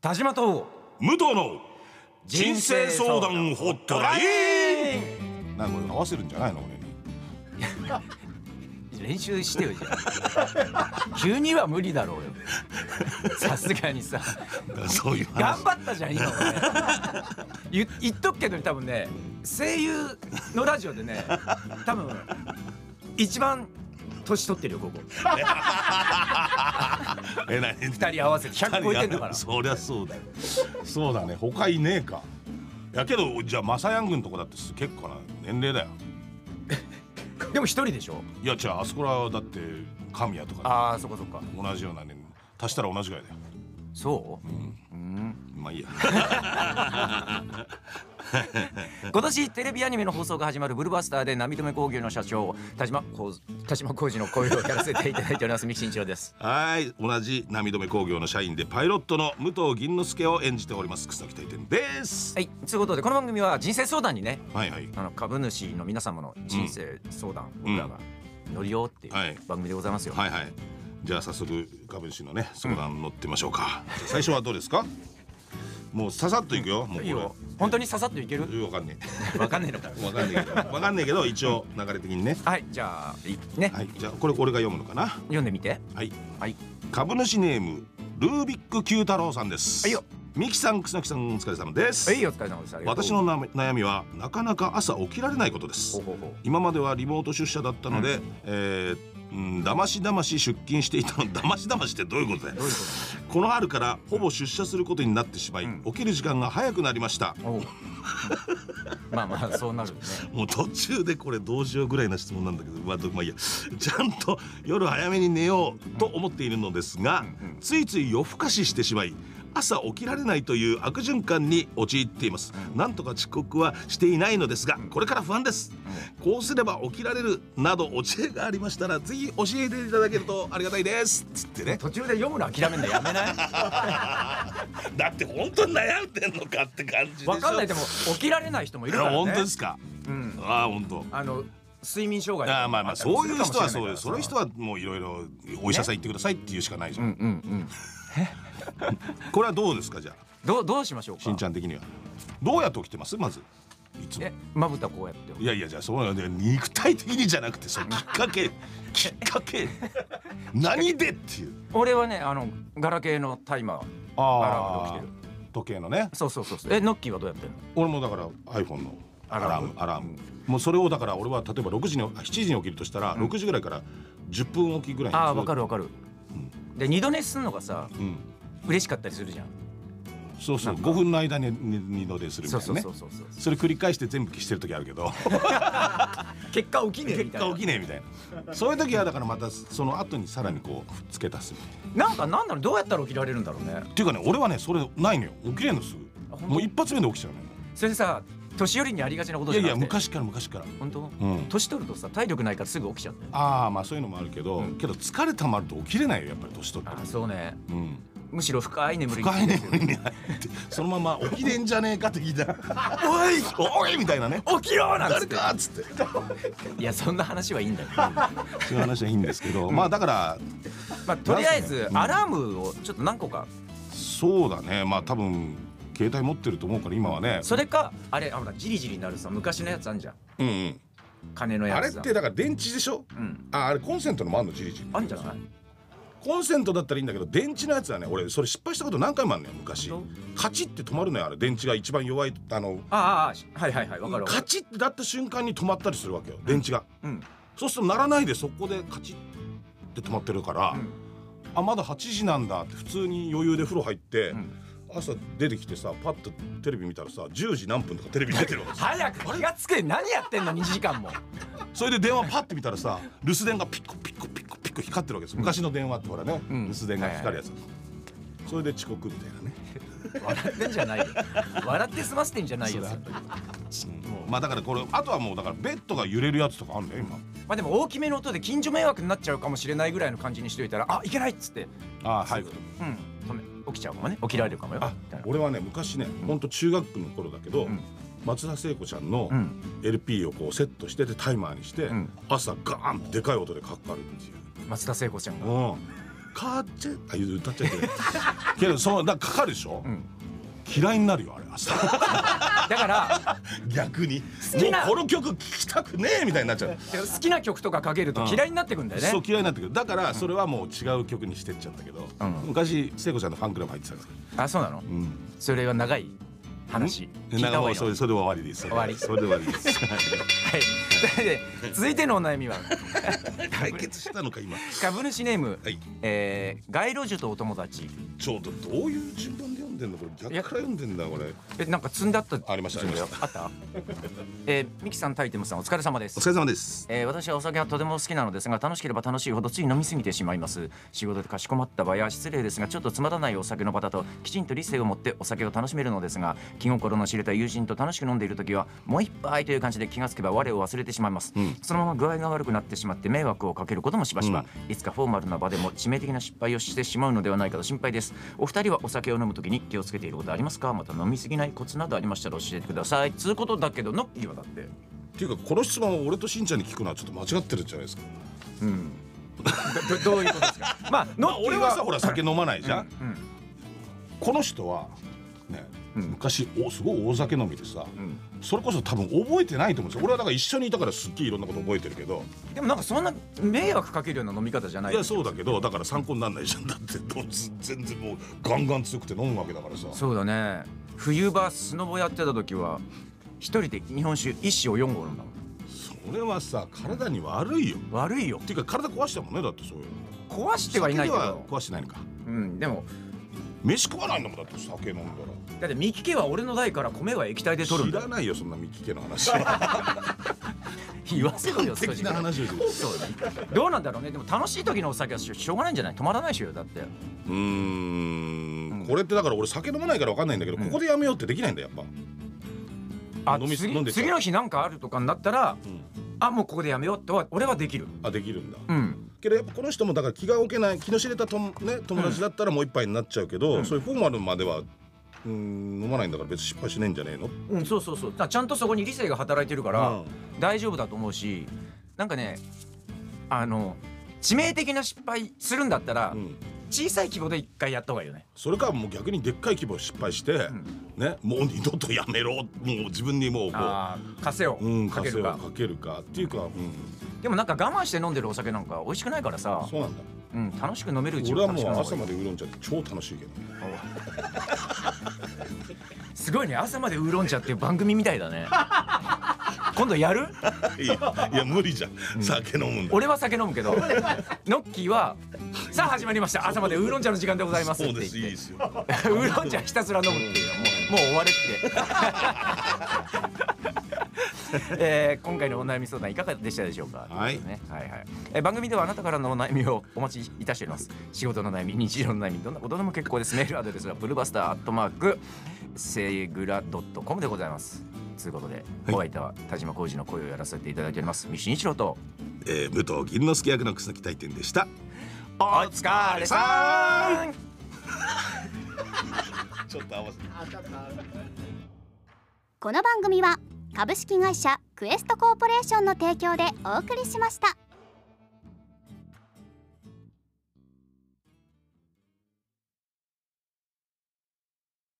田島と武藤の人生相談ホットラインなんかこれ合わせるんじゃないの俺に練習してよじゃあ 急には無理だろうよさすがにさだからそういう頑話張ったじゃん今俺言言っとくけど多分ね声優のラジオでね多分一番年取ってるよここえ何二二人合わせて100超えてんだからそりゃそうだよそうだね他いねえかやけどじゃあマサヤングのとこだってす結構な年齢だよでも一人でしょいやじゃああそこらだって神谷とかああそっかそっか同じような年齢足したら同じぐらいだよそう、まあいいや 今年テレビアニメの放送が始まるブルバスターで波止め工業の社長田島浩二田島浩二の声をやらせていただいております三木慎一郎ですはい同じ波止め工業の社員でパイロットの武藤銀之助を演じております草木大天ですはいということでこの番組は人生相談にねはいはいあの株主の皆様の人生相談、ん僕らが乗りようっていうはい番組でございますよ、はいはいじゃあ早速株主のね相談乗ってみましょうか、じゃあ最初はどうですかもうささっといくよ、もうこいれいよ本当にささっといけるわかんねわかんないのか えわかんねえけどわかんねえけど一応流れ的にねはいじゃあいね、はいじゃあこれ俺が読むのかな読んでみてはいはい株主ネームルービック九太郎さんですはいよミキさん草木さんお疲れ様ですはいお疲れ様でしたありがとう私のな悩みはなかなか朝起きられないことですほうほうほう今まではリモート出社だったので、えーうん、だましだまし出勤していたの だましだましってどういうことだよどういうこの春からほぼ出社することになってしまい、うん起きる時間が早くなりましたことお うまあまあそうなるねもう途中でこれどうしようぐらいな質問なんだけど、まあ、どまあいいやちゃんと夜早めに寝ようと思っているのですが、うんうんついつい夜更かししてしまい朝起きられないという悪循環に陥っています、なんとか遅刻はしていないのですがこれから不安です、こうすれば起きられるなどお知恵がありましたらぜひ教えていただけるとありがたいですつってね途中で読むの諦めるのやめないだって本当に悩んでんのかって感じでしょわかんないでも起きられない人もいるからね本当ですか、うんああ本当あの睡眠障害とあかあもまあまあったりそすうるいうかも人はしれそうなでいすその人はもういろいろお医者さん行ってくださいっていうしかないじゃん、うんうんうんこれはどうですかじゃあどうどうしましょうかしんちゃん的にはどうやって起きてますまずいつもえまぶたこうやっていやいやじゃあそうなんで肉体的にじゃなくてそのきっかけきっ かけ何でっていう俺はねあのガラケーのタイマーあアラームで起きて時計のねそうそうそうそうえノッキーはどうやってんの俺もだから iPhone のアアララーームムアラームもうそれをだから俺は例えば6時にあ7時に起きるとしたら6時ぐらいから10分おきぐらいにああわかるわかる、で二度寝すんのがさうん嬉しかったりするじゃん、そうそう5分の間に二度でするみたそいうなねそうそうそうそうそれ繰り返して全部消してる時あるけど結果起きねえ結みたいな果起きねえみたいなそういう時はだからまたその後にさらにこう付け足すみたいななんかなんだろうどうやったら起きられるんだろうねっていうかね俺はねそれないのよ起きれんのすあ本ぐ当もう一発目で起きちゃうねそれでさ年寄りにありがちなこといじやゃいなくやて昔から昔から本当、うん年取るとさ体力ないからすぐ起きちゃうんだよああまあそういうのもあるけど、けど疲れたまると起きれないよやっぱり年取ってあそうねうんむしろ深い眠りに深い眠りに入ってそのまま起きれんじゃねえかって聞いたら 「おいおい!」みたいなね起きろ「なんつ誰ってか!」っつっていやそんな話はいいんだよまそういう話はいいんですけど、まあだからあとりあえなんずすかねうんアラームをちょっと何個かそうだねまあ多分携帯持ってると思うから今はねそれかあれあほらジリジリになるさ昔のやつあんじゃんうんうん金のあやれつっさてだから電池でしょうんああれコンセントのもあんのじりじりあんじゃないコンセントだったらいいんだけど電池のやつはね俺それ失敗したこと何回もあるのよ昔本カチッて止まるのよあれ電池が一番弱いあのああああはいはいはいわかるわかカるチッてだった瞬間に止まったりするわけよ電池が、うんそうすると鳴らないでそこでカチッて止まってるから、んあまだ8時なんだって普通に余裕で風呂入って、ん朝出てきてさパッとテレビ見たらさ10時何分とかテレビ出てるわけ早く気がつけ何やってんの2時間もそれで電話パッて見たらさ留守電がピコピコピコピコ光ってるわけです昔の電話ってほらね、うん留守電が光るやつ、それで遅刻みたいなね笑ってんじゃないよ笑って済ませてんじゃないよそうだそれまあだからこれあとはもうだからベッドが揺れるやつとかあるんだよ今まあでも大きめの音で近所迷惑になっちゃうかもしれないぐらいの感じにしといたらあいけないっつってああはいうん止め起きちゃうかもね起きられるかもよあみたいな俺はね昔ねほんと中学の頃だけど、ん松田聖子ちゃんのうん LP をこうセットしててタイマーにして、ん朝ガーンってでかい音でかかるっていう、松田聖子ちゃんがうん、カーチェあ言う歌っちゃいけないけどそうだからかかるでしょ、うん嫌いになるよあれ朝だから 逆に好きなもうこの曲聴きたくねえみたいになっちゃうだから好きな曲とかかけると嫌いになってくんだよねそう。嫌いになってくるだからそれはもう違う曲にしてっちゃったけど、うん昔聖子ちゃんのファンクラブ入ってたんですよ、あ、そうなの。うん、それは長い話。聞いた方がいいその。はれそれで終わりです終わりそれで終わりですい。それで続いてのお悩みは解決したのか今株主ネーム、 はいえー、街路樹とお友達。ちょうどどういう順番で読んでんのこれ逆いやから読んでんだこれえ、なんか積んだった。ありましたありましあった。えー、ミキさん、タイテムさん、お疲れ様ですお。疲れ様ですえー私はお酒がとても好きなのですが楽しければ楽しいほどつい飲み過ぎてしまいます仕事でかしこまった場合は失礼ですがちょっとつまらないお酒の場だときちんと理性を持ってお酒を楽しめるのですが気心の知れた友人と楽しく飲んでいる時はもう一杯という感じで気がつけば我を忘れてしまいます、うんそのまま具合が悪くなってしまって迷惑をかけることもしばしば、いつかフォーマルな場でも致命的な失敗をしてしまうのではないかと心配ですお二人はお酒を飲む時に気をつけていることありますかまた飲み過ぎないコツなどありましたら教えてくださいつうことだけどの今だってっていうかこの質問を俺としんちゃんに聞くのはちょっと間違ってるじゃないですかうん、ど どういうことですか。まあ、まあ俺はさほら酒飲まないじゃん、うん、この人はね、うん昔おすごい大酒飲みでさ、うんそれこそ多分覚えてないと思うんですよ俺はだから一緒にいたからすっげえいろんなこと覚えてるけどでもなんかそんな迷惑かけるような飲み方じゃないいやそうだけどだから参考にならないじゃんだってどうず全然もうガンガン強くて飲むわけだからさそうだね冬場スノボやってた時は一人で日本酒一を四合飲んだもんそれはさ体に悪いよ悪いよっていうか体壊したもんねだってそういう壊してはいないけ酒ではど壊してないのかうんでも飯食わないんだもんだって酒飲んだらだって三木家は俺の代から米は液体で取るん知だらないよそんな三木家の話 言わせろよ少 的しなぐらい話をしてるそうだねどうなんだろうねでも楽しい時のお酒はしょしょうがないんじゃない止まらないでしょだってうーんこれってだから俺酒飲まないから分かんないんだけど、うんここでやめようってできないんだやっぱ、あ飲み次飲んでた次の日なんかあるとかになったらあもうここでやめようとは俺はできるあできるんだうんけどやっぱこの人もだから気が置けない気の知れたとも、ね、友達だったらもう一杯になっちゃうけど、うんそういうフォーマルまではうん飲まないんだから別に失敗しないんじゃねえのうん、そうそうそうだからちゃんとそこに理性が働いてるから、うん大丈夫だと思うしなんかねあの致命的な失敗するんだったら、うん小さい規模で一回やった方がいいよねそれかもう逆にでっかい規模失敗して、ね、もう二度とやめろもう自分にもうこああ稼をう、うん、かけるか,、稼いをかけるかっていうか、うん、でもなんか我慢して飲んでるお酒なんか美味しくないからさそうなんだう、ん、楽しく飲めるうち俺は楽もしく飲んだ方がう朝いまいでウーロン茶って超楽しいけど ねすごいね朝までウーロン茶っていう番組みたいだね 今度やるいやいや無理じゃん、酒飲むんだ俺は酒飲む けどノッキーはさあ始まりました朝までウーロン茶の時間でございますっそてう言ってですいいですよ ウーロン茶ひたすら飲むっていうもうもう終われって、 えー今回のお悩み相談いかがでしたでしょうかはいとうことですねはいはいえー番組ではあなたからのお悩みをお待ちいたしております仕事の悩み日常の悩みどんなことでも結構ですメールアドレスはブルバスターアットマークセグラドットコムでございますということで、はいお相手は田島浩二の声をやらせていただいております三新一郎とえー、武藤銀之助役の草木大典でしたお疲れさんちょっと合わせてこの番組は株式会社クエストコーポレーションの提供でお送りしました。